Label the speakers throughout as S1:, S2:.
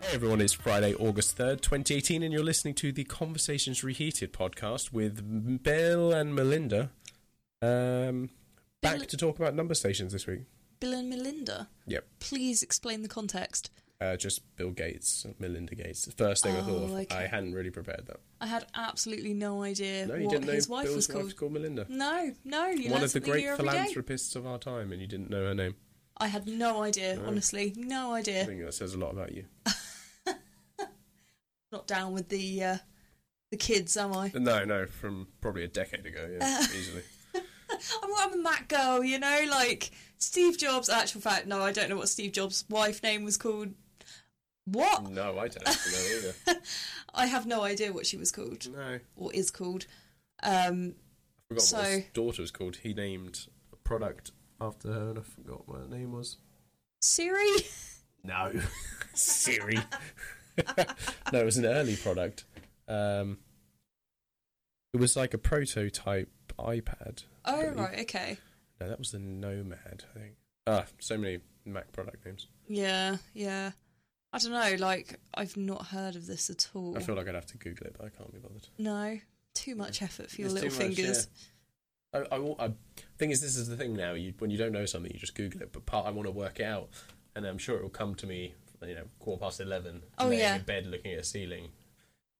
S1: Hey everyone, it's Friday, August 3rd, 2018, and you're listening to the Conversations Reheated podcast with Bill and Melinda. Um, back
S2: Bill-
S1: to talk about number stations this week.
S2: Bill and Melinda.
S1: Yep.
S2: Please explain the context.
S1: Uh, just Bill Gates, Melinda Gates. The first thing I thought of.
S2: Oh, okay.
S1: I hadn't really prepared that.
S2: I had absolutely no idea
S1: No, you
S2: what
S1: didn't know
S2: his wife
S1: Bill's
S2: was
S1: wife's
S2: called.
S1: called Melinda.
S2: No, no.
S1: One
S2: You learn
S1: of the
S2: something
S1: great
S2: new every day.
S1: philanthropists of our time, and you didn't know her name.
S2: I had no idea, honestly, no
S1: I
S2: idea.
S1: think that says a lot about you.
S2: Not down with the uh, the kids, am I?
S1: No, no, from probably a decade ago, yeah, easily.
S2: I'm, I'm a Mac girl, you know. Like Steve Jobs. Actual fact, no, I don't know what Steve Jobs' wife name was called. What?
S1: No, I don't actually know
S2: I have no idea what she was called
S1: either. No.
S2: or is called. Um,
S1: I forgot what his
S2: So-
S1: daughter was called. He named a product after her, and I forgot what her name was.
S2: Siri.
S1: No, Siri. no, it was an early product. Um, it was like a prototype iPad.
S2: Oh
S1: Believe-
S2: right, okay.
S1: No, that was the Nomad, I think. Ah, so many Mac product names.
S2: Yeah, yeah. I don't know. Like, I've not heard of this at all.
S1: I feel like I'd have to Google it, but I can't be bothered.
S2: No, too much effort for your
S1: It's
S2: little
S1: too much,
S2: fingers.
S1: yeah. I, I, wa- I, thing is, this is the thing now. You, when you don't know something, you just Google it. But part I want to work it out, and I'm sure it will come to me. You know, quarter past eleven.
S2: Oh,
S1: laying
S2: yeah.
S1: in bed looking at a ceiling.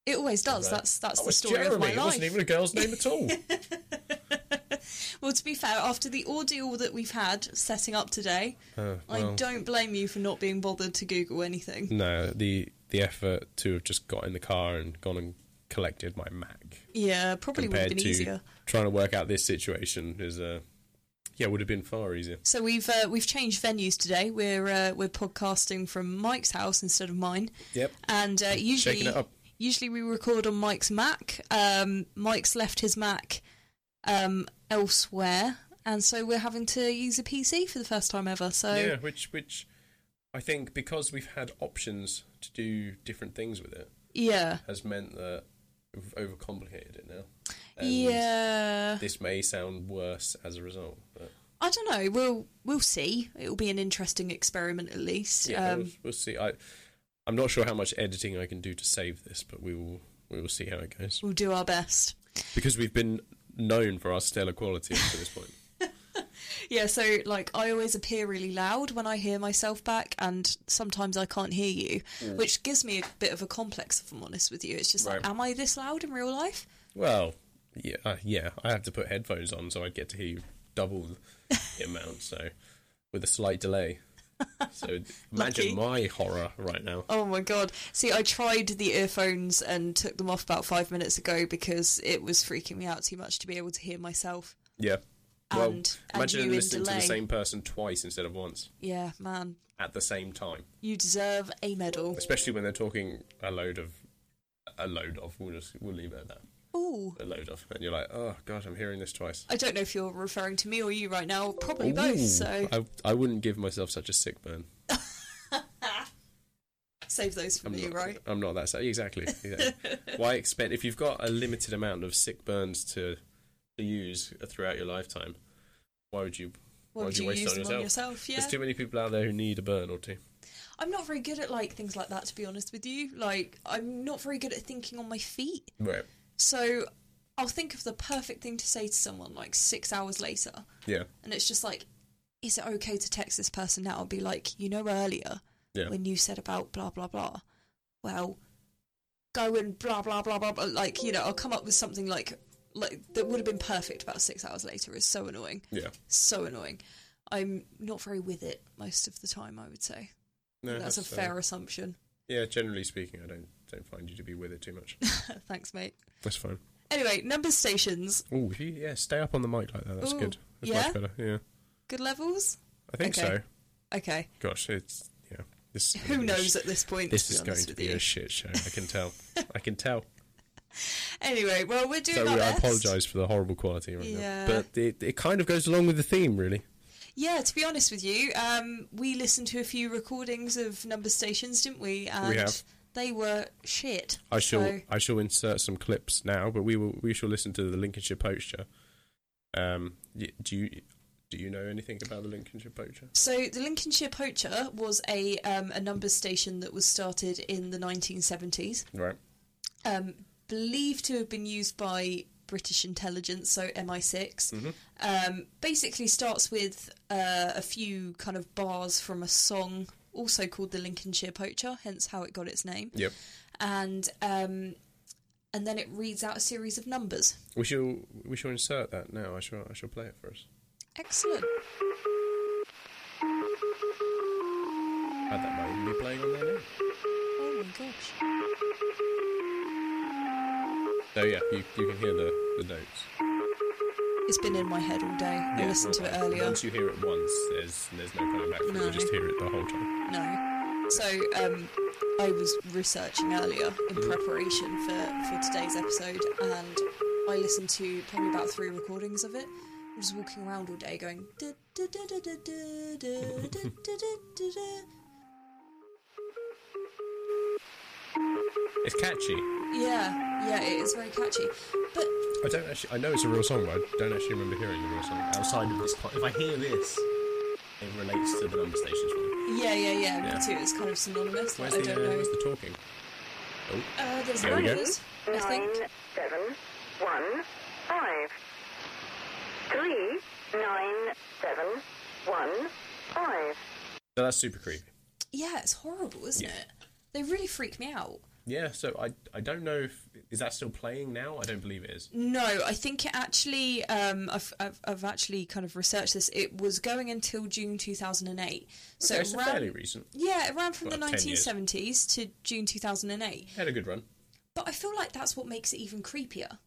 S2: It always does.
S1: Right.
S2: That's that's
S1: Oh,
S2: the
S1: it's
S2: story
S1: Jeremy.
S2: of my
S1: It wasn't
S2: life.
S1: even a girl's name at all.
S2: Well, to be fair, after the ordeal that we've had setting up today,
S1: Uh,
S2: I don't blame you for not being bothered to Google anything.
S1: no, the the effort to have just got in the car and gone and collected my Mac
S2: Yeah, probably would
S1: compared
S2: have been
S1: to
S2: easier.
S1: trying to work out this situation is uh, yeah would have been far easier.
S2: So we've uh, we've changed venues today. We're uh, we're podcasting from Mike's house instead of mine.
S1: Yep.
S2: And uh, usually,
S1: Shaking it up.
S2: usually we record on Mike's Mac. Um, Mike's left his Mac um, elsewhere, and so we're having to use a PC for the first time ever. So
S1: Yeah, which which I think because we've had options to do different things with it
S2: yeah,
S1: has meant that we've overcomplicated it now. And
S2: yeah.
S1: This may sound worse as a result. But
S2: I don't know. We'll we'll see. It'll be an interesting experiment, at least.
S1: yeah,
S2: um,
S1: we'll, we'll see. I I'm not sure how much editing I can do to save this, but we will we will see how it goes.
S2: we'll do our best.
S1: Because we've been known for our stellar quality up to this point.
S2: Yeah, so like I always appear really loud when I hear myself back, and sometimes I can't hear you, which gives me a bit of a complex. If I'm honest with you, it's just
S1: Right.
S2: like, am I this loud in real life?
S1: Well, yeah, uh, yeah. I have to put headphones on so I get to hear you double the amount. So with a slight delay. So
S2: Lucky.
S1: imagine my horror right now.
S2: Oh my god! See, I tried the earphones and took them off about five minutes ago because it was freaking me out too much to be able to hear myself.
S1: Yeah.
S2: And- and
S1: well, imagine
S2: you in
S1: listening to the
S2: delay.
S1: same person twice instead of once
S2: Yeah, man,
S1: at the same time,
S2: you deserve a medal.
S1: especially when they're talking a load of a load of. We'll just we'll leave it at that.
S2: Ooh,
S1: A load of, and you're like, oh gosh, I'm hearing this twice.
S2: I don't know if you're referring to me or you right now. Probably both.
S1: Ooh,
S2: So
S1: I, I wouldn't give myself such a sick burn.
S2: save those for
S1: I'm
S2: me,
S1: not,
S2: right?
S1: I'm not that sad. Exactly. exactly. Why expend if you've got a limited amount of sick burns to to use throughout your lifetime? Why would you?
S2: Why would
S1: you
S2: you
S1: waste it
S2: use
S1: on
S2: them
S1: yourself?
S2: on yourself? Yeah.
S1: There's too many people out there who need a burn or two.
S2: I'm not very good at like things like that to be honest with you. Like I'm not very good at thinking on my feet.
S1: Right.
S2: So I'll think of the perfect thing to say to someone like 6 hours later
S1: Yeah.
S2: and it's just like is it okay to text this person now? I'll be like, "You know earlier
S1: Yeah.
S2: when you said about blah blah blah." Well, go and blah blah blah blah blah like, you know, I'll come up with something like like that would have been perfect about 6 hours later is so annoying.
S1: Yeah.
S2: So annoying. I'm not very with it most of the time, I would say.
S1: No,
S2: That's a
S1: uh,
S2: fair assumption.
S1: yeah. Generally speaking, I don't don't find you to be with it too much.
S2: Thanks, mate.
S1: That's fine.
S2: Anyway, number stations,
S1: Oh, yeah. Stay up on the mic like that. That's
S2: Ooh,
S1: good. That's
S2: yeah?
S1: much better. Yeah.
S2: good levels.
S1: I think
S2: Okay.
S1: so.
S2: Okay,
S1: Gosh, it's yeah. This is
S2: who
S1: gonna be a
S2: knows
S1: sh-
S2: at this point?
S1: This
S2: to be
S1: is going
S2: honest
S1: to
S2: with
S1: be
S2: you.
S1: a shit show. I can tell. I can tell.
S2: Anyway, well, we're doing
S1: So
S2: our
S1: we, I
S2: best.
S1: apologise for the horrible quality right
S2: Yeah.
S1: now. But it, it kind of goes along with the theme, really.
S2: Yeah, to be honest with you, um, we listened to a few recordings of number stations, didn't we? And
S1: have.
S2: They were shit.
S1: I shall
S2: So,
S1: I shall insert some clips now, but we will we shall listen to the Lincolnshire Poacher. Um, y- do you Do you know anything about the Lincolnshire Poacher?
S2: So the Lincolnshire Poacher was a um, a numbers station that was started in the 1970s,
S1: Right.
S2: um, believed to have been used by British intelligence, so MI6.
S1: Mm-hmm.
S2: Um, basically, starts with uh, a few kind of bars from a song, also called the Lincolnshire Poacher, hence how it got its name.
S1: Yep.
S2: And um, and then it reads out a series of numbers.
S1: We shall we shall insert that now. I shall I shall play it for us.
S2: Excellent.
S1: Add that might even be playing on there now.
S2: Oh my gosh.
S1: So Oh, yeah, you, you can hear the, the notes.
S2: It's been in my head all day. I
S1: Yeah,
S2: listened to it
S1: well,
S2: earlier.
S1: Once you hear it once, there's there's no coming back from it.
S2: No.
S1: You just hear it the whole time.
S2: No. So um, I was researching earlier in
S1: Mm-hmm.
S2: preparation for, for today's episode, and I listened to probably about three recordings of it. I'm just walking around all day going. "Du- du- du- du- du- du- du- du- du- du- du- du."
S1: It's catchy.
S2: Yeah, yeah, it is very catchy. But
S1: I don't actually. I know it's a real song, but I don't actually remember hearing the real song outside of this part. If I hear this, it relates to the number stations one.
S2: yeah, yeah, yeah,
S1: Yeah.
S2: me too. It's kind of synonymous.
S1: Where's
S2: I
S1: the
S2: don't
S1: uh,
S2: know.
S1: where's the talking? Oh,
S2: Uh, there's
S1: There we go.
S2: numbers, I
S3: Nine,
S2: think.
S3: seven, one, five. Three, nine, seven, one, five.
S1: so that's super creepy.
S2: Yeah, it's horrible, isn't
S1: Yeah.
S2: it? They really freak me out.
S1: Yeah. So I I don't know if is that still playing now. I don't believe it is.
S2: No, I think it actually. Um, I've, I've I've actually kind of researched this. It was going until June two thousand and eight. So
S1: So
S2: it
S1: it's
S2: ran.
S1: fairly recent.
S2: yeah, it ran from the
S1: Well, 10
S2: nineteen
S1: years.
S2: seventies to June two thousand and eight.
S1: Had a good run.
S2: But I feel like that's what makes it even creepier,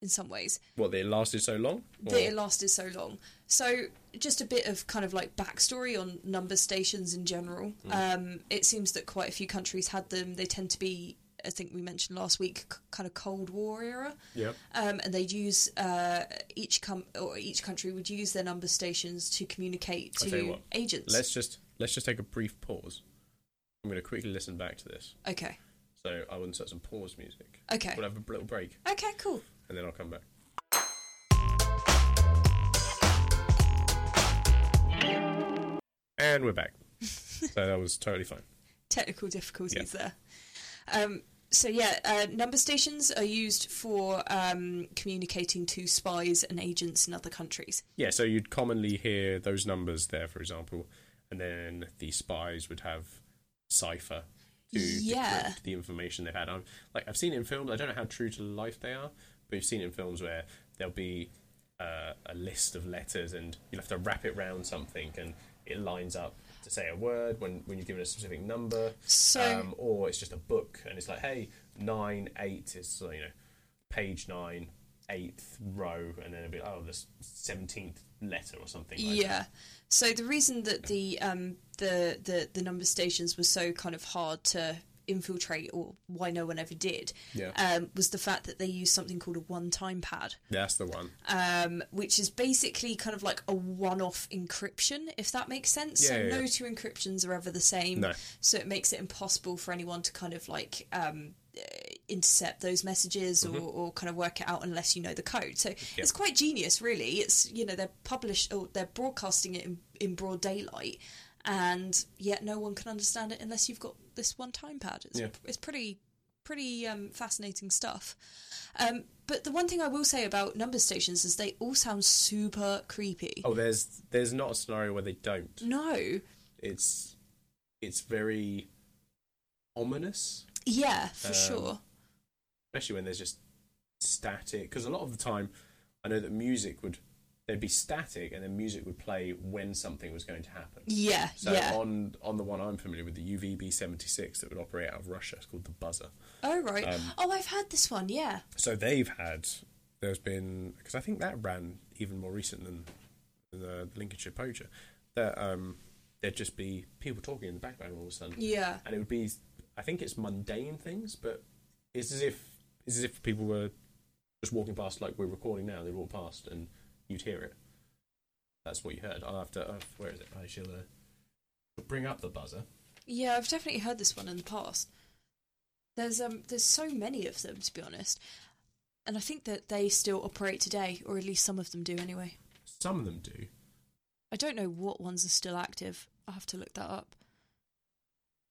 S2: in some ways,
S1: What they lasted so long?
S2: that
S1: Or-
S2: it lasted so long. So just a bit of kind of like backstory on number stations in general.
S1: Mm.
S2: Um, it seems that quite a few countries had them. They tend to be, I think we mentioned last week, c- kind of Cold War era.
S1: Yep.
S2: um, and they'd use uh, each com- or each country would use their number stations to communicate
S1: I'll tell you
S2: to
S1: what.
S2: agents.
S1: Let's just let's just take a brief pause. I'm going to quickly listen back to this.
S2: Okay.
S1: So I will insert some pause music.
S2: Okay.
S1: We'll have a little break
S2: Okay. Cool.
S1: and then I'll come back. And we're back. so that was totally fine.
S2: Technical difficulties there. Um, so yeah, uh, number stations are used for um, communicating to spies and agents in other countries.
S1: Yeah, so you'd commonly hear those numbers there, for example, and then the spies would have cipher to
S2: Yeah.
S1: decrypt the information they've had. I'm, like I've seen it in films, I don't know how true to life they are, but you've seen it in films where there'll be uh, a list of letters and you'll have to wrap it round something and it lines up to say a word when, when you're given a specific number.
S2: So-
S1: um, or it's just a book and it's like, hey, nine, eight is, uh, you know, page nine, eighth row, and then it'll be oh, the seventeenth letter or something. Like
S2: yeah. So the reason that the um, the the the number stations were so kind of hard to infiltrate, or why no one ever did,
S1: Yeah.
S2: um, was the fact that they used something called a one-time pad.
S1: that's the one.
S2: um, which is basically kind of like a one-off encryption, if that makes sense. so
S1: Yeah, yeah,
S2: no
S1: yeah.
S2: two encryptions are ever the same.
S1: No.
S2: So it makes it impossible for anyone to kind of like um, uh, intercept those messages or,
S1: Mm-hmm.
S2: or kind of work it out unless you know the code. So it's quite genius, really. It's you know they're published or they're broadcasting it in, in broad daylight, and yet no one can understand it unless you've got this one time pad. It's,
S1: Yeah.
S2: it's pretty pretty um, fascinating stuff. Um, but the one thing I will say about number stations is they all sound super creepy.
S1: Oh, there's there's not a scenario where they don't.
S2: No,
S1: It's it's very ominous,
S2: yeah, for
S1: Um,
S2: sure.
S1: especially when there's just static. Because a lot of the time, I know that music would there'd be static, and then music would play when something was going to happen.
S2: Yeah,
S1: So
S2: yeah.
S1: on on the one I'm familiar with, the UVB seventy six that would operate out of Russia, it's called the buzzer.
S2: oh right.
S1: um,
S2: oh, I've had this one. Yeah.
S1: so they've had there's been because I think that ran even more recent than the Lincolnshire Poacher that um there'd just be people talking in the background all of a sudden
S2: Yeah.
S1: and it would be I think it's mundane things but it's as if it's as if people were just walking past like we're recording now they'd walk past and you'd hear it that's what you heard I'll have to uh, where is it I shall uh, bring up the buzzer
S2: Yeah, I've definitely heard this one in the past. There's um there's so many of them to be honest. And I think that they still operate today, or at least some of them do anyway.
S1: some of them do
S2: I don't know what ones are still active. I have to look that up.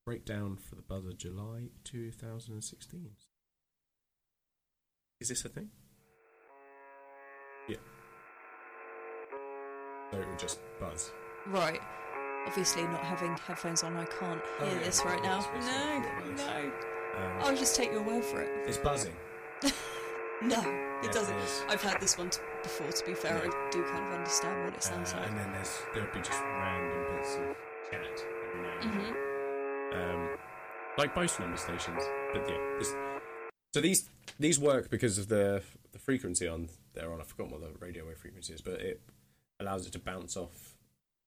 S1: Breakdown for the buzzer, July 2016. Is this a thing? Yeah. So it will just buzz.
S2: Right. Obviously, not having headphones on, I can't
S1: Oh,
S2: hear
S1: yeah,
S2: this right
S1: yeah,
S2: now.
S1: it's- it's-
S2: No,
S1: it's-
S2: no.
S1: Um,
S2: I'll just take your word for it.
S1: It's buzzing.
S2: No,
S1: it
S2: it doesn't.
S1: is.
S2: I've heard this one t- before, to be fair.
S1: Yeah.
S2: I do kind of understand what it sounds
S1: Uh,
S2: like.
S1: And then there's there'll be just random bits of chat every now and then.
S2: Mm-hmm.
S1: Um, like most number stations, but yeah. This, so these these work because of the the frequency on they're on. I forgot what the radio wave frequency is, but it allows it to bounce off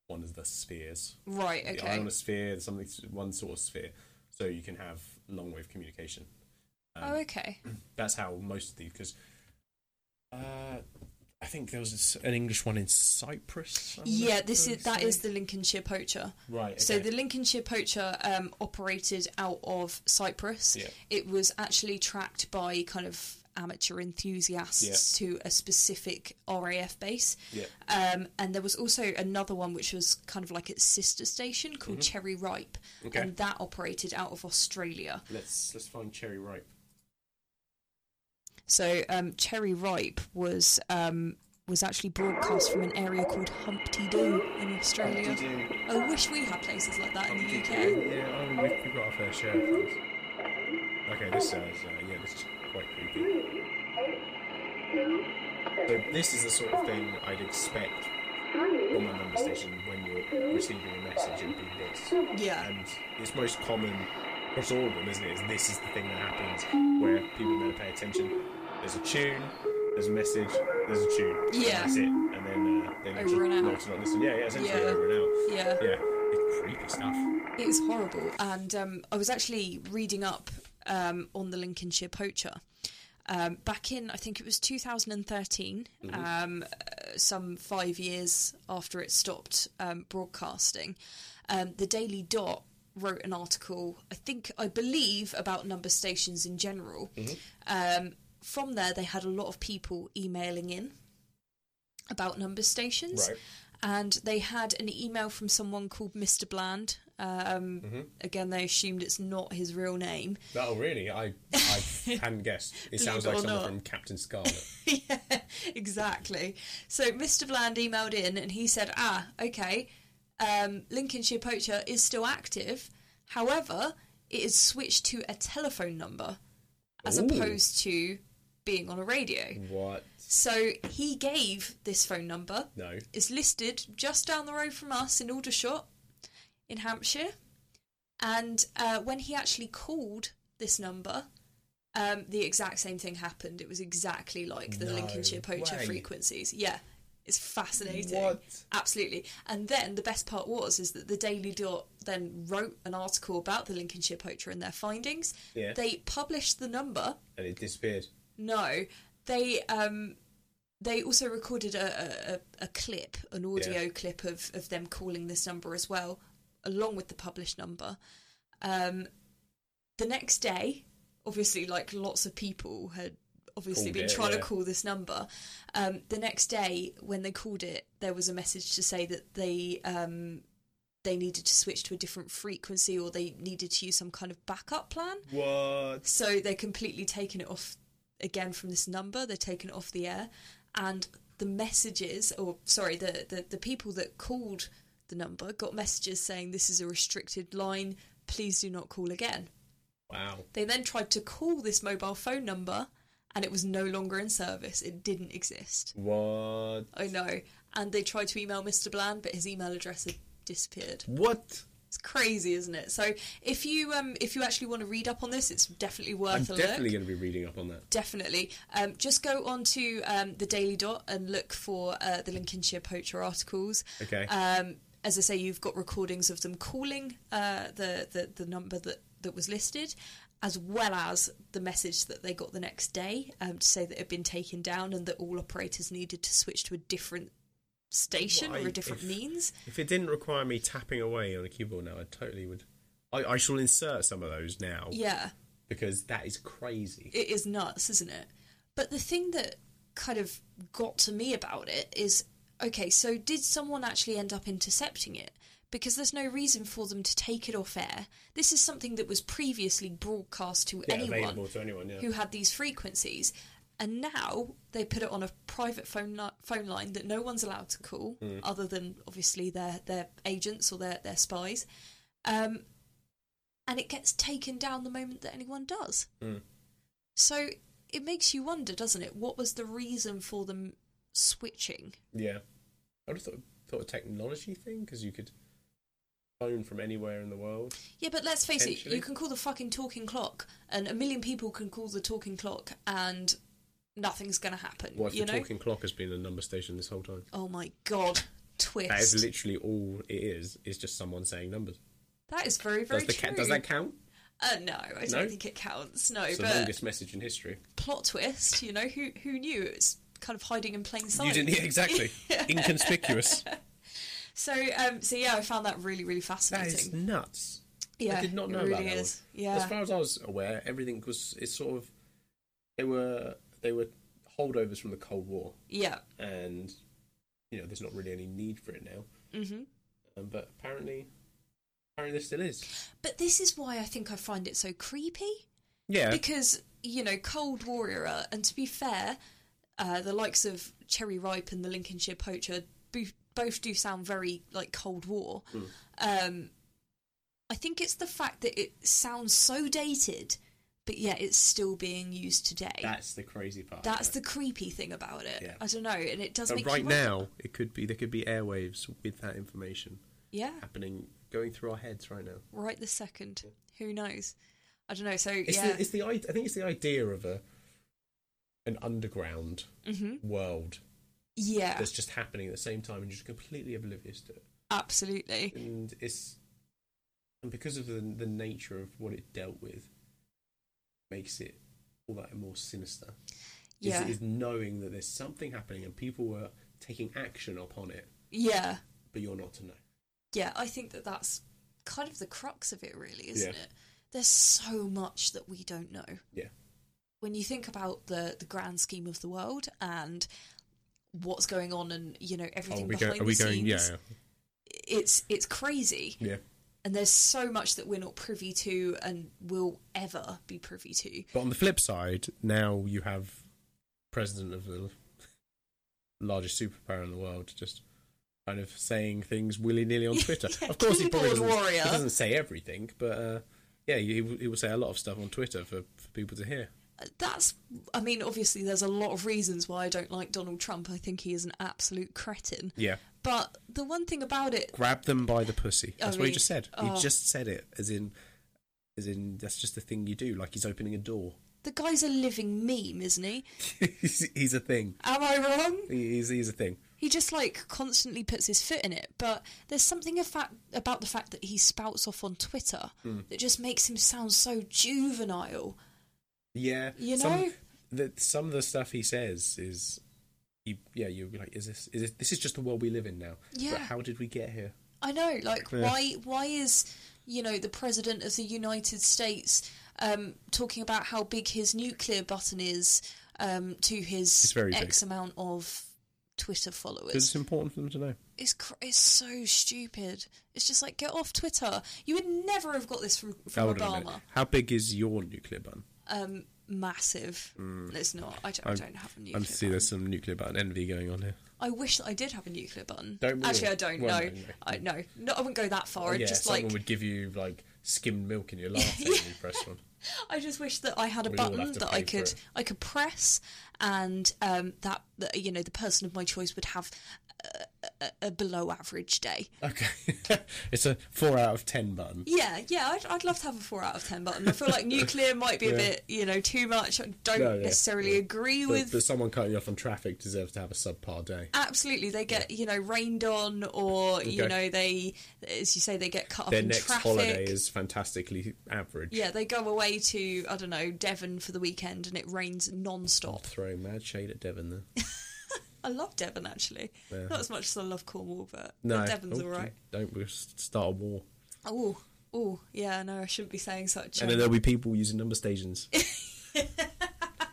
S1: one of the spheres,
S2: Right,
S1: the
S2: okay.
S1: ionosphere, something one sort of sphere. So you can have long wave communication.
S2: oh, okay.
S1: that's how most of these because uh, I think there was this- an English one in Cyprus. I
S2: Yeah,
S1: wanna
S2: this is that is
S1: say.
S2: the Lincolnshire poacher.
S1: right.
S2: So
S1: okay.
S2: the Lincolnshire poacher um, operated out of Cyprus.
S1: Yeah.
S2: It was actually tracked by kind of amateur enthusiasts to a specific RAF base.
S1: yeah.
S2: Um, and there was also another one which was kind of like its sister station called Cherry Ripe,
S1: Mm-hmm. Okay.
S2: and that operated out of Australia.
S1: Let's let's find cherry ripe.
S2: So um, Cherry Ripe was um, was actually broadcast from an area called Humpty Doo in Australia. I wish we had places like that in the UK.
S1: Yeah, oh, we've, we've got our fair share of those. Okay, this sounds uh, yeah, this is quite creepy. So this is the sort of thing I'd expect from a number station when you're receiving a message and being this.
S2: Yeah,
S1: and it's most common across all of them, isn't it? Is this is the thing that happens where people never pay attention. There's a tune, there's a message, there's a tune. and
S2: Yeah.
S1: that's it. And then uh, they
S2: Over and out.
S1: learn to not listen. Yeah, yeah, essentially
S2: Yeah.
S1: over and out.
S2: yeah.
S1: Yeah, it's creepy stuff.
S2: It was horrible. And um, I was actually reading up um, on the Lincolnshire poacher. Um, back in, I think it was 2013, um, uh, some five years after it stopped um, broadcasting, um, the Daily Dot wrote an article, I think, I believe, about number stations in general. Um, from there, they had a lot of people emailing in about number stations
S1: Right.
S2: and they had an email from someone called Mr. Bland. Um, Again, they assumed it's not his real name.
S1: Oh, really? I I hadn't guessed. It sounds like
S2: Believe it or
S1: someone
S2: not.
S1: from Captain Scarlet.
S2: yeah, exactly. So Mr. Bland emailed in and he said, Ah, okay, um, Lincolnshire Poacher is still active. However, it is switched to a telephone number as
S1: Ooh.
S2: opposed to being on a radio.
S1: what?
S2: So he gave this phone number.
S1: No.
S2: It's listed just down the road from us in Aldershot in Hampshire. And uh, when he actually called this number, um, the exact same thing happened. It was exactly like the
S1: No
S2: Lincolnshire poacher
S1: way.
S2: frequencies. Yeah. It's fascinating.
S1: What?
S2: Absolutely. And then the best part was is that the Daily Dot then wrote an article about the Lincolnshire poacher and their findings.
S1: Yeah.
S2: They published the number
S1: And it disappeared.
S2: no, they um, they also recorded a, a, a- a clip, an audio
S1: Yeah.
S2: clip of of them calling this number as well, along with the published number. Um, the next day, obviously, like lots of people had obviously
S1: Called
S2: been
S1: it,
S2: trying
S1: yeah.
S2: to call this number. Um, the next day, when they called it, there was a message to say that they um, they needed to switch to a different frequency or they needed to use some kind of backup plan.
S1: What?
S2: So they're completely taking it off again from this number. They're taking it off the air, and the messages, or sorry, the the, the people that called the number got messages saying this is a restricted line. Please do not call again.
S1: Wow.
S2: They then tried to call this mobile phone number, and it was no longer in service. It didn't exist.
S1: What?
S2: I know. And they tried to email Mr. Bland, but his email address had disappeared.
S1: What?
S2: It's crazy, isn't it? So if you um if you actually want to read up on this, it's definitely
S1: I'm
S2: worth a look.
S1: definitely going to be reading up on that.
S2: Definitely. Um, just go on to um, the Daily Dot and look for uh, the Lincolnshire Poacher articles.
S1: Okay.
S2: Um, as I say, you've got recordings of them calling uh, the, the the number that that was listed, as well as the message that they got the next day um, to say that it had been taken down and that all operators needed to switch to a different station or
S1: Why,
S2: a different
S1: if-
S2: means.
S1: If it didn't require me tapping away on a keyboard now, I totally would. I, I shall insert some of those now
S2: Yeah.
S1: because that is crazy.
S2: it is nuts, isn't it? But the thing that kind of got to me about it is okay, so did someone actually end up intercepting it? Because there's no reason for them to take it off air. This is something that was previously broadcast to
S1: Yeah,
S2: anyone
S1: available to anyone. Yeah.
S2: who had these frequencies, and now they put it on a private phone li- phone line that no one's allowed to call,
S1: Mm.
S2: other than obviously their their agents or their their spies, um, and it gets taken down the moment that anyone does.
S1: Mm.
S2: So it makes you wonder, doesn't it? What was the reason for them switching?
S1: Yeah, I would have thought, thought a technology thing because you could phone from anywhere in the world.
S2: Yeah, but let's face it,
S1: Potentially.
S2: you can call the fucking talking clock, and a million people can call the talking clock, and nothing's going to happen.
S1: What if
S2: you
S1: the
S2: know?
S1: talking clock has been a number station this whole time?
S2: Oh my god, twist.
S1: That is literally all it is. It's just someone saying numbers.
S2: That is very, very
S1: does the
S2: true.
S1: ca- does that count?
S2: Uh, no, I don't
S1: No?
S2: think it counts. No,
S1: It's the
S2: but
S1: longest message in history.
S2: plot twist. You know who who knew it's kind of hiding in plain sight.
S1: You didn't yeah, exactly inconspicuous.
S2: So um, so yeah, I found that really really
S1: That is
S2: fascinating.
S1: nuts.
S2: yeah,
S1: I did not
S2: it
S1: know
S2: really
S1: about that one.
S2: is. Yeah,
S1: As far as I was aware, everything was it's sort of they were they were holdovers from the Cold War,
S2: yeah.
S1: and you know there's not really any need for it now.
S2: hmm
S1: Um, but apparently, apparently there still is.
S2: But this is why I think I find it so creepy.
S1: Yeah,
S2: because you know cold war era and to be fair uh, the likes of cherry ripe and the lincolnshire poacher bo- both do sound very like cold war
S1: Hmm.
S2: um, i think it's the fact that it sounds so dated but yet it's still being used today
S1: that's the crazy part.
S2: that's the creepy thing about it
S1: Yeah.
S2: i don't know and it does
S1: But
S2: make
S1: right
S2: you wonder-
S1: now, it could be there could be airwaves with that information
S2: yeah
S1: happening going through our heads right now.
S2: right this second who knows i don't know so
S1: It's
S2: yeah
S1: the, it's the i- I think it's the idea of a an underground
S2: hmm
S1: world
S2: yeah
S1: that's just happening at the same time and you're just completely oblivious to it.
S2: absolutely
S1: and it's and because of the the nature of what it dealt with makes it all that more sinister is,
S2: yeah
S1: is knowing that there's something happening and people were taking action upon it
S2: yeah
S1: but you're not to know
S2: yeah, I think that that's kind of the crux of it, really, isn't
S1: Yeah.
S2: it? There's so much that we don't know.
S1: Yeah.
S2: When you think about the the grand scheme of the world and what's going on, and you know
S1: Oh,
S2: everything behind the scenes, it's it's crazy,
S1: yeah
S2: and there's so much that we're not privy to, and will ever be privy to.
S1: but on the flip side now you have president of the largest superpower in the world just kind of saying things willy-nilly on twitter
S2: Yeah,
S1: of course he probably doesn't,
S2: keyboard
S1: he
S2: warrior.
S1: doesn't say everything but uh, yeah he, he will say a lot of stuff on twitter for, for people to hear
S2: Uh, That's, I mean, obviously there's a lot of reasons why I don't like Donald Trump. I think he is an absolute cretin.
S1: yeah
S2: But the one thing about it
S1: grab them by the pussy.
S2: I
S1: That's what he
S2: mean,
S1: just said.
S2: oh.
S1: He just said it as in, as in that's just the thing you do. Like he's opening a door.
S2: The guy's a living meme, isn't he?
S1: he's, he's a thing.
S2: Am I wrong?
S1: He's he's a thing.
S2: He just like constantly puts his foot in it. But there's something of fact, about the fact that he spouts off on Twitter
S1: Hmm.
S2: that just makes him sound so juvenile.
S1: Yeah.
S2: You
S1: Some,
S2: know?
S1: the, some of the stuff he says is, you, yeah, you're like, is this is this, this is just the world we live in now?
S2: Yeah.
S1: But how did we get here?
S2: I know, like
S1: Yeah.
S2: why why is you know the president of the United States um, talking about how big his nuclear button is um, to his
S1: It's very big.
S2: X amount of Twitter followers?
S1: Because it's important for them to know.
S2: it's cr- it's so stupid. It's just like get off Twitter. You would never have got this from from
S1: Hold on a minute.
S2: Obama.
S1: How big is your nuclear button?
S2: Um, massive. It's not. I don't, I
S1: I'm-
S2: don't have a nuclear.
S1: I'm Mm. see
S2: button.
S1: there's some nuclear button envy going on here.
S2: I wish that I did have a nuclear button.
S1: Don't we
S2: Actually,
S1: all?
S2: I don't
S1: Well,
S2: know.
S1: no, no.
S2: I no, no, I wouldn't go that far. I'd
S1: yeah,
S2: just
S1: someone
S2: like
S1: would give you like skimmed milk in your latte when you press one.
S2: I just wish that I had a
S1: We'd all
S2: button
S1: have to
S2: that
S1: pay
S2: I
S1: for
S2: could
S1: it.
S2: I could press, and um, that, that you know the person of my choice would have a, a, a below average day.
S1: Okay, it's a four out of ten button.
S2: Yeah, yeah, I'd, I'd love to have a four out of ten button. I feel like nuclear might be a
S1: Yeah.
S2: bit you know too much. I don't
S1: No, yeah,
S2: necessarily
S1: yeah.
S2: agree
S1: But,
S2: with.
S1: but someone cutting you off on traffic deserves to have a subpar day.
S2: Absolutely, they get you know rained on, or you
S1: Okay.
S2: know they, as you say, they get cut up
S1: Their
S2: in
S1: next
S2: traffic.
S1: holiday is fantastically average.
S2: Yeah, they go away to I don't know Devon for the weekend, and it rains non-stop.
S1: Throw mad shade at Devon there.
S2: I love Devon actually. Not as much as I love Cornwall, but
S1: No,
S2: but Devon's
S1: Oh,
S2: all right.
S1: Don't we'll s- start a war.
S2: Oh, oh, yeah. No, I shouldn't be saying such.
S1: And then
S2: um,
S1: there'll be people using number stations.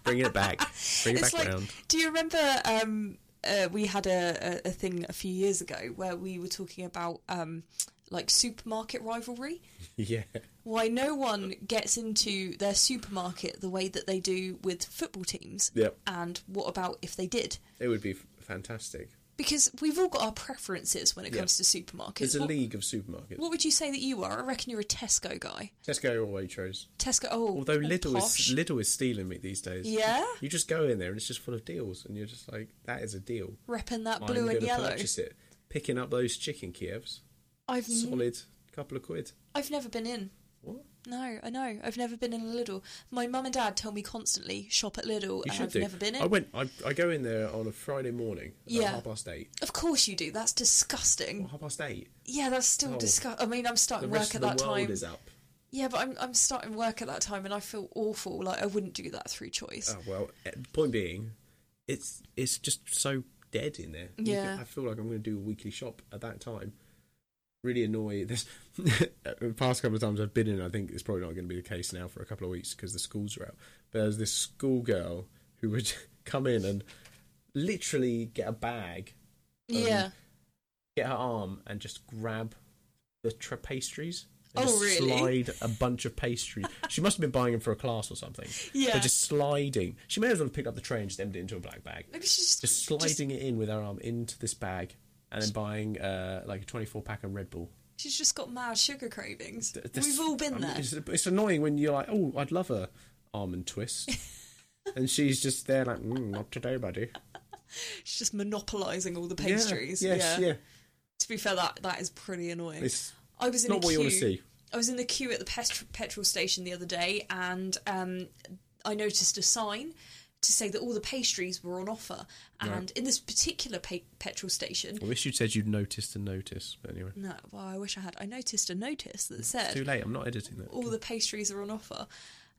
S1: Bring it back. Bring it
S2: it's
S1: back
S2: like,
S1: round.
S2: do you remember um, uh, we had a, a, a thing a few years ago where we were talking about um, like supermarket rivalry.
S1: yeah.
S2: Why no one gets into their supermarket the way that they do with football teams.
S1: Yep.
S2: And what about if they did?
S1: It would be f- fantastic.
S2: Because we've all got our preferences when it
S1: Yeah.
S2: comes to supermarkets.
S1: It's a
S2: what,
S1: league of supermarkets.
S2: what would you say that you are? I reckon you're a Tesco guy.
S1: Tesco or Waitrose.
S2: Tesco. Oh,
S1: Although
S2: oh,
S1: Lidl
S2: posh.
S1: is Lidl is stealing me these days.
S2: Yeah?
S1: You just go in there and it's just full of deals, and you're just like, that is a deal.
S2: repping that
S1: I'm
S2: blue
S1: gonna
S2: and yellow.
S1: Purchase it. Picking up those chicken Kievs,
S2: I've n-
S1: solid couple of quid.
S2: I've never been in.
S1: What?
S2: No, I know. I've never been in a Lidl. My mum and dad tell me constantly shop at Lidl,
S1: You
S2: and
S1: should
S2: I've
S1: do.
S2: never been in.
S1: I went. I, I go in there on a Friday morning, about
S2: Yeah.
S1: half past eight.
S2: Of course you do. That's disgusting.
S1: Well, half past eight.
S2: Yeah, that's still
S1: Oh.
S2: disgusting. I mean, I'm
S1: The
S2: starting
S1: rest
S2: work
S1: of
S2: at
S1: the
S2: that
S1: world
S2: time.
S1: is up.
S2: Yeah, but I'm I'm starting work at that time, and I feel awful. Like I wouldn't do that through choice.
S1: Oh well. eh, Point being, it's it's just so dead in there. You
S2: Yeah.
S1: can- I feel like I'm going to do a weekly shop at that time. Really annoy this. the past couple of times I've been in, I think it's probably not going to be the case now for a couple of weeks because the schools are out. But there's this schoolgirl who would come in and literally get a bag,
S2: yeah.
S1: get her arm, and just grab the tra- pastries. and
S2: Oh,
S1: just
S2: really?
S1: Slide a bunch of pastries. she must have been buying them for a class or something.
S2: Yeah.
S1: They're just sliding. She may as well have picked up the tray and just emptied it into a black bag.
S2: Maybe she's just,
S1: Just sliding it in with her arm into this bag and then buying uh, like a 24 pack of Red Bull.
S2: she's just got mad sugar cravings.
S1: Th- this-
S2: We've all
S1: I
S2: been
S1: mean,
S2: there.
S1: It's, it's annoying when you're like, oh, I'd love a almond twist. and she's just there like, mm, not today, buddy.
S2: She's just monopolising all the pastries.
S1: Yeah, yes, yeah.
S2: To be fair, that that is pretty annoying.
S1: It's
S2: I was in
S1: not
S2: a
S1: what you
S2: queue.
S1: want to see.
S2: I was in the queue at the pest- petrol station the other day, and um, I noticed a sign to say that all the pastries were on offer. And in this particular pa- petrol station,
S1: I wish you'd said you'd noticed and notice. But anyway,
S2: no, well, I wish I had. I noticed a notice that
S1: it's too
S2: said
S1: late. I'm not editing that.
S2: all the pastries are on offer.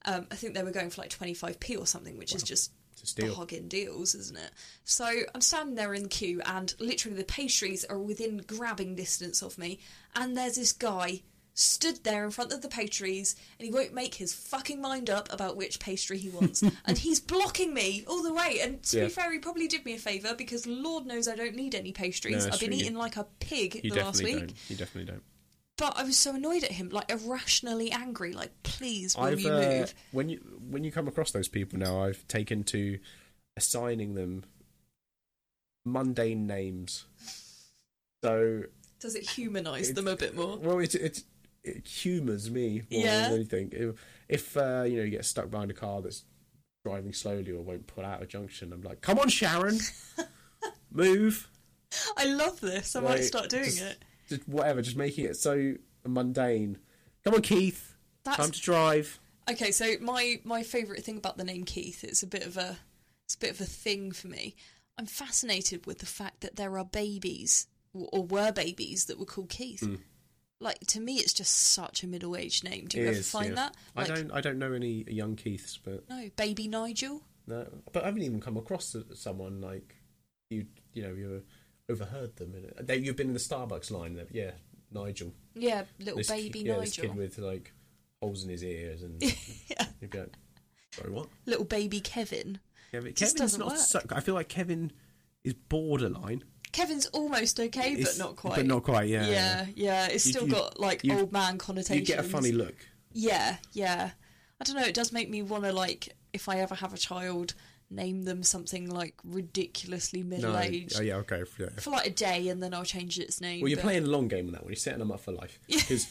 S2: Um, I think they were going for like twenty five p or something, which is just
S1: It's a steal.
S2: bargain deals, isn't it? So I'm standing there in the queue, and literally the pastries are within grabbing distance of me, and there's this guy stood there in front of the pastries, and he won't make his fucking mind up about which pastry he wants, and he's blocking me all the way. And to
S1: Yeah.
S2: be fair, he probably did me a favour because Lord knows I don't need any pastries.
S1: No,
S2: I've
S1: that's
S2: been
S1: true. You-
S2: eating like a pig
S1: You
S2: the last
S1: definitely
S2: week,
S1: don't. You definitely don't.
S2: but I was so annoyed at him, like irrationally angry, like please will
S1: I've
S2: you
S1: uh,
S2: move?
S1: when you when you come across those people now, I've taken to assigning them mundane names. So
S2: Does it humanise
S1: it-
S2: them a bit more?
S1: Well, it it, it humours me more
S2: Yeah.
S1: than anything. If, if uh, you know you get stuck behind a car that's driving slowly or won't pull out a junction, I'm like, come on, Sharon, move.
S2: I love this. I might
S1: Like,
S2: start doing
S1: just-
S2: it.
S1: Just whatever, just making it so mundane. Come on, Keith.
S2: That's-
S1: Time to drive.
S2: Okay, so my my favourite thing about the name Keith, it's a bit of a it's a bit of a thing for me. I'm fascinated with the fact that there are babies w- or were babies that were called Keith.
S1: Hmm.
S2: Like to me, it's just such a middle aged name. Do you
S1: It
S2: ever
S1: is,
S2: find
S1: yeah.
S2: that? Like,
S1: I don't. I don't know any young Keiths, but
S2: No, baby Nigel.
S1: No, but I haven't even come across someone like you. You know, you overheard them. In it. They, you've been in the Starbucks line. That, yeah, Nigel.
S2: Yeah, little
S1: This
S2: Oh, baby
S1: ki- yeah, this
S2: Nigel.
S1: kid with like holes in his ears, and
S2: yeah,
S1: you'd be like, "Sorry, what?"
S2: little baby Kevin.
S1: Kevin,
S2: Just
S1: Kevin's
S2: doesn't
S1: not.
S2: work.
S1: So, I feel like Kevin is borderline,
S2: Kevin's almost okay,
S1: It's-
S2: but not quite.
S1: But not quite. Yeah.
S2: yeah, yeah. It's
S1: You-
S2: still
S1: you-
S2: got like
S1: you-
S2: old man connotations.
S1: You get a funny look.
S2: Yeah, yeah. I don't know. It does make me want to like, if I ever have a child, name them something like ridiculously middle
S1: No.
S2: aged
S1: Oh yeah. Okay. Yeah.
S2: for like a day, and then I'll change its name.
S1: Well, you're
S2: but-
S1: playing the long game on that one. You're setting them up for life because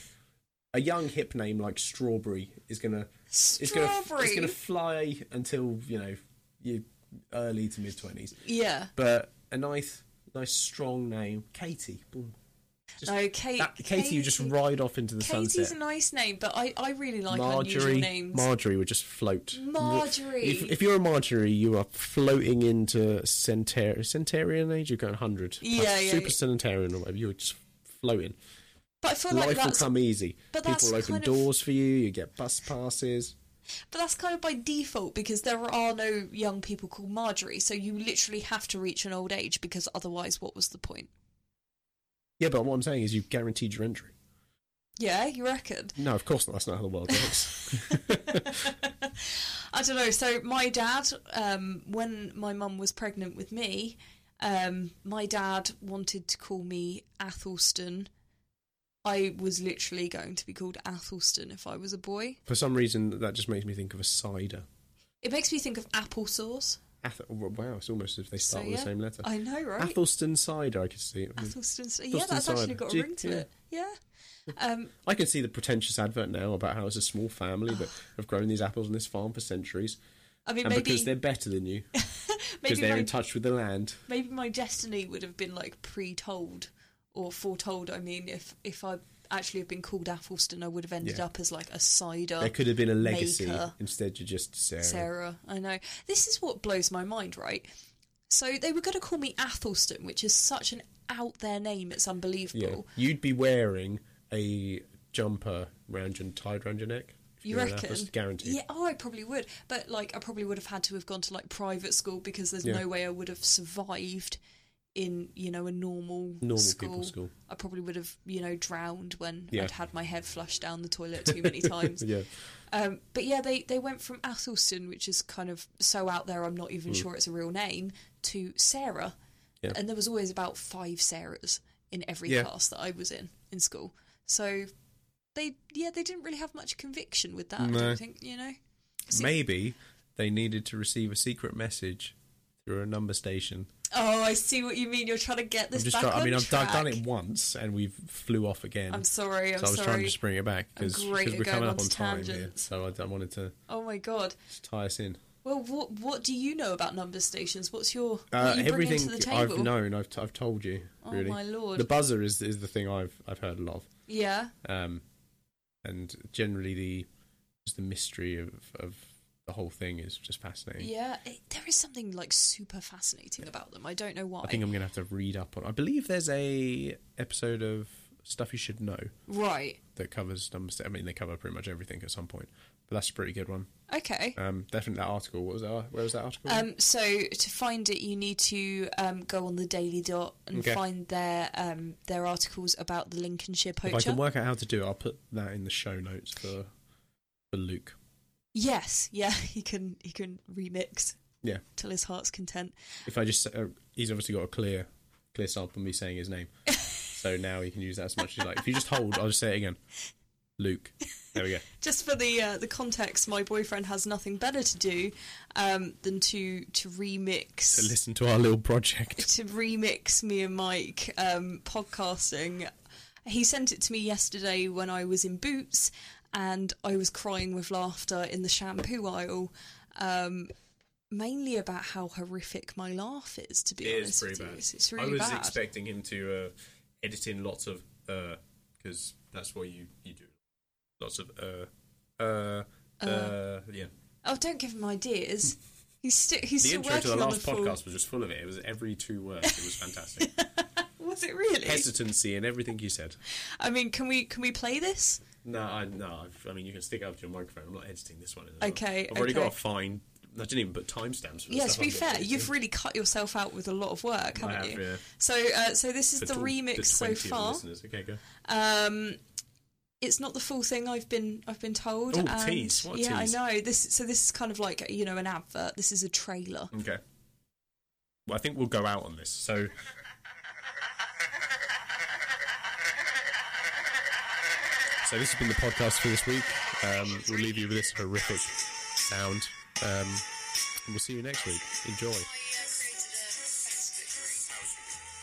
S1: a young hip name like Strawberry is gonna it's gonna
S2: Strawberry?
S1: it's gonna fly until you know you early to mid twenties.
S2: Yeah.
S1: But a nice nice strong name, Katie. Boom. Just-
S2: No, Kate.
S1: that- Katie, you just ride off into the
S2: Katie's a
S1: sunset.
S2: nice name, but I, I really like unusual
S1: Marjorie,
S2: names.
S1: Marjorie would just float.
S2: Marjorie.
S1: If, if you're a Marjorie, you are floating into centari- centarian age. You're going hundred.
S2: Yeah, yeah.
S1: Super centenarian or whatever. You're just floating.
S2: but I feel like
S1: Life will
S2: that's
S1: come easy.
S2: but that's
S1: People open
S2: kind of-
S1: doors for you. You get bus passes.
S2: but that's kind of by default because there are no young people called Marjorie, so you literally have to reach an old age because otherwise, what was the point?
S1: Yeah, but what I'm saying is you've guaranteed your entry.
S2: Yeah, you reckon?
S1: No, of course not. That's not how the world works.
S2: I don't know. So my dad, um, when my mum was pregnant with me, Um, my dad wanted to call me Athelston. I was literally going to be called Athelston if I was a boy.
S1: For some reason, that just makes me think of a cider.
S2: It makes me think of applesauce.
S1: Ath- wow, it's almost as if they
S2: So,
S1: start with
S2: yeah.
S1: the same letter.
S2: I know, right?
S1: Athelstan cider, I could see. it.
S2: Athelston's yeah,
S1: Athelstan
S2: that's actually
S1: cider.
S2: got
S1: Do
S2: a
S1: you-
S2: ring to
S1: yeah.
S2: it. Yeah. Um,
S1: I can see the pretentious advert now about how it's a small family that have grown these apples on this farm for centuries,
S2: I mean,
S1: and
S2: maybe
S1: because they're better than you, because
S2: maybe
S1: they're
S2: my,
S1: in touch with the land.
S2: maybe my destiny would have been like pre-told or foretold. I mean, if if I actually have been called Athelston, I would have ended
S1: Yeah.
S2: up as like a cider.
S1: There could have been a legacy.
S2: Maker.
S1: Instead, you're just Sarah.
S2: Sarah, I know. This is what blows my mind, right? So they were going to call me Athelston, which is such an out there name. It's
S1: Yeah,
S2: unbelievable.
S1: you'd be wearing a jumper round your tied round your neck. if
S2: You
S1: were an
S2: reckon?
S1: Athelstan, Guaranteed.
S2: Yeah, oh, I probably would. But, like, I probably would have had to have gone to, like, private school because there's
S1: Yeah.
S2: no way I would have survived in, you know, a normal
S1: Normal
S2: school.
S1: people's school.
S2: I probably would have, you know, drowned when
S1: Yeah.
S2: I'd had my head flushed down the toilet too many times.
S1: Yeah.
S2: Um, but yeah, they, they went from Athelston, which is kind of so out there, I'm not even sure it's a real name, to Sarah.
S1: Hmm. Yeah.
S2: And there was always about five Sarahs in every
S1: Yeah.
S2: class that I was in in school. So they yeah they didn't really have much conviction with that. I
S1: No.
S2: don't think you know. 'Cause it-
S1: Maybe they needed to receive a secret message through a number station.
S2: oh, I see what you mean. You're trying to get
S1: I'm
S2: this
S1: just
S2: back
S1: trying,
S2: on
S1: I mean, I've done-
S2: track.
S1: done it once and we've flew off again.
S2: I'm sorry. I'm
S1: so I was trying to
S2: sorry.
S1: just bring it back
S2: I'm
S1: because
S2: great at
S1: we're
S2: going
S1: coming up
S2: onto
S1: on time here.
S2: tangents.
S1: So I, d- I wanted to
S2: Oh my god.
S1: just tie us in.
S2: Well, what what do you know about number stations? What's your
S1: Uh,
S2: what you bring
S1: everything
S2: to the table?
S1: I've known, I've, t- I've told you.
S2: Oh
S1: Really.
S2: my lord.
S1: The buzzer is is the thing I've I've heard a lot of,
S2: Yeah.
S1: um, and generally the just the mystery of, of the whole thing is just fascinating.
S2: Yeah, it, there is something like super fascinating about them. I don't know why.
S1: I think I'm gonna have to read up on. I believe there's a episode of Stuff You Should Know
S2: right.
S1: that covers number. sta- I mean, they cover pretty much everything at some point, but that's a pretty good one.
S2: Okay.
S1: Um, definitely that article. What was that? Where was that article?
S2: Um, so to find it, you need to um, go on the Daily Dot and
S1: Okay.
S2: find their um, their articles about the Lincolnshire
S1: if I
S2: poacher.
S1: can work out how to do it, I'll put that in the show notes for for Luke.
S2: yes, yeah, he can he can remix
S1: Yeah,
S2: till his heart's content.
S1: if I just uh, he's obviously got a clear clear sample of me saying his name, so now he can use that as much as you like. If you just hold, I'll just say it again. Luke. There we go.
S2: Just for the uh, the context, my boyfriend has nothing better to do um, than to to remix
S1: To listen to our little project.
S2: to remix me and Mike um, podcasting. He sent it to me yesterday when I was in Boots and I was crying with laughter in the shampoo aisle, um, mainly about how horrific my laugh is, to be honest. with you. It's, it's really bad.
S1: expecting him to uh, edit in lots of because that's what you you do. Lots of uh uh uh yeah.
S2: oh, don't give him ideas. He's, sti he's still working on the full-
S1: was just full of it. It was every two words. It was fantastic.
S2: Was it really?
S1: Hesitancy in everything you said.
S2: I mean, can we can we play this?
S1: No, I, no. I've, I mean, you can stick it up to your microphone. I'm not editing this one. as well.
S2: Okay,
S1: I've already
S2: okay.
S1: got a fine. I didn't even put timestamps for the
S2: Yeah, to
S1: stuff
S2: be
S1: I'm gonna
S2: fair,
S1: do.
S2: you've really cut yourself out with a lot of work, haven't
S1: have,
S2: you?
S1: yeah.
S2: So, uh, so this is
S1: For
S2: the
S1: tw-
S2: remix
S1: the
S2: so
S1: 20 of the
S2: far.
S1: listeners. Okay, go.
S2: Um, it's not the full thing I've been I've been told.
S1: Oh,
S2: and
S1: tease. What a
S2: yeah,
S1: tease.
S2: I know. This so this is kind of like you know an advert. This is a trailer.
S1: Okay. Well, I think we'll go out on this. So, so this has been the podcast for this week. Um, we'll leave you with this horrific sound, um, and we'll see you next week. Enjoy.
S4: I created a Facebook group.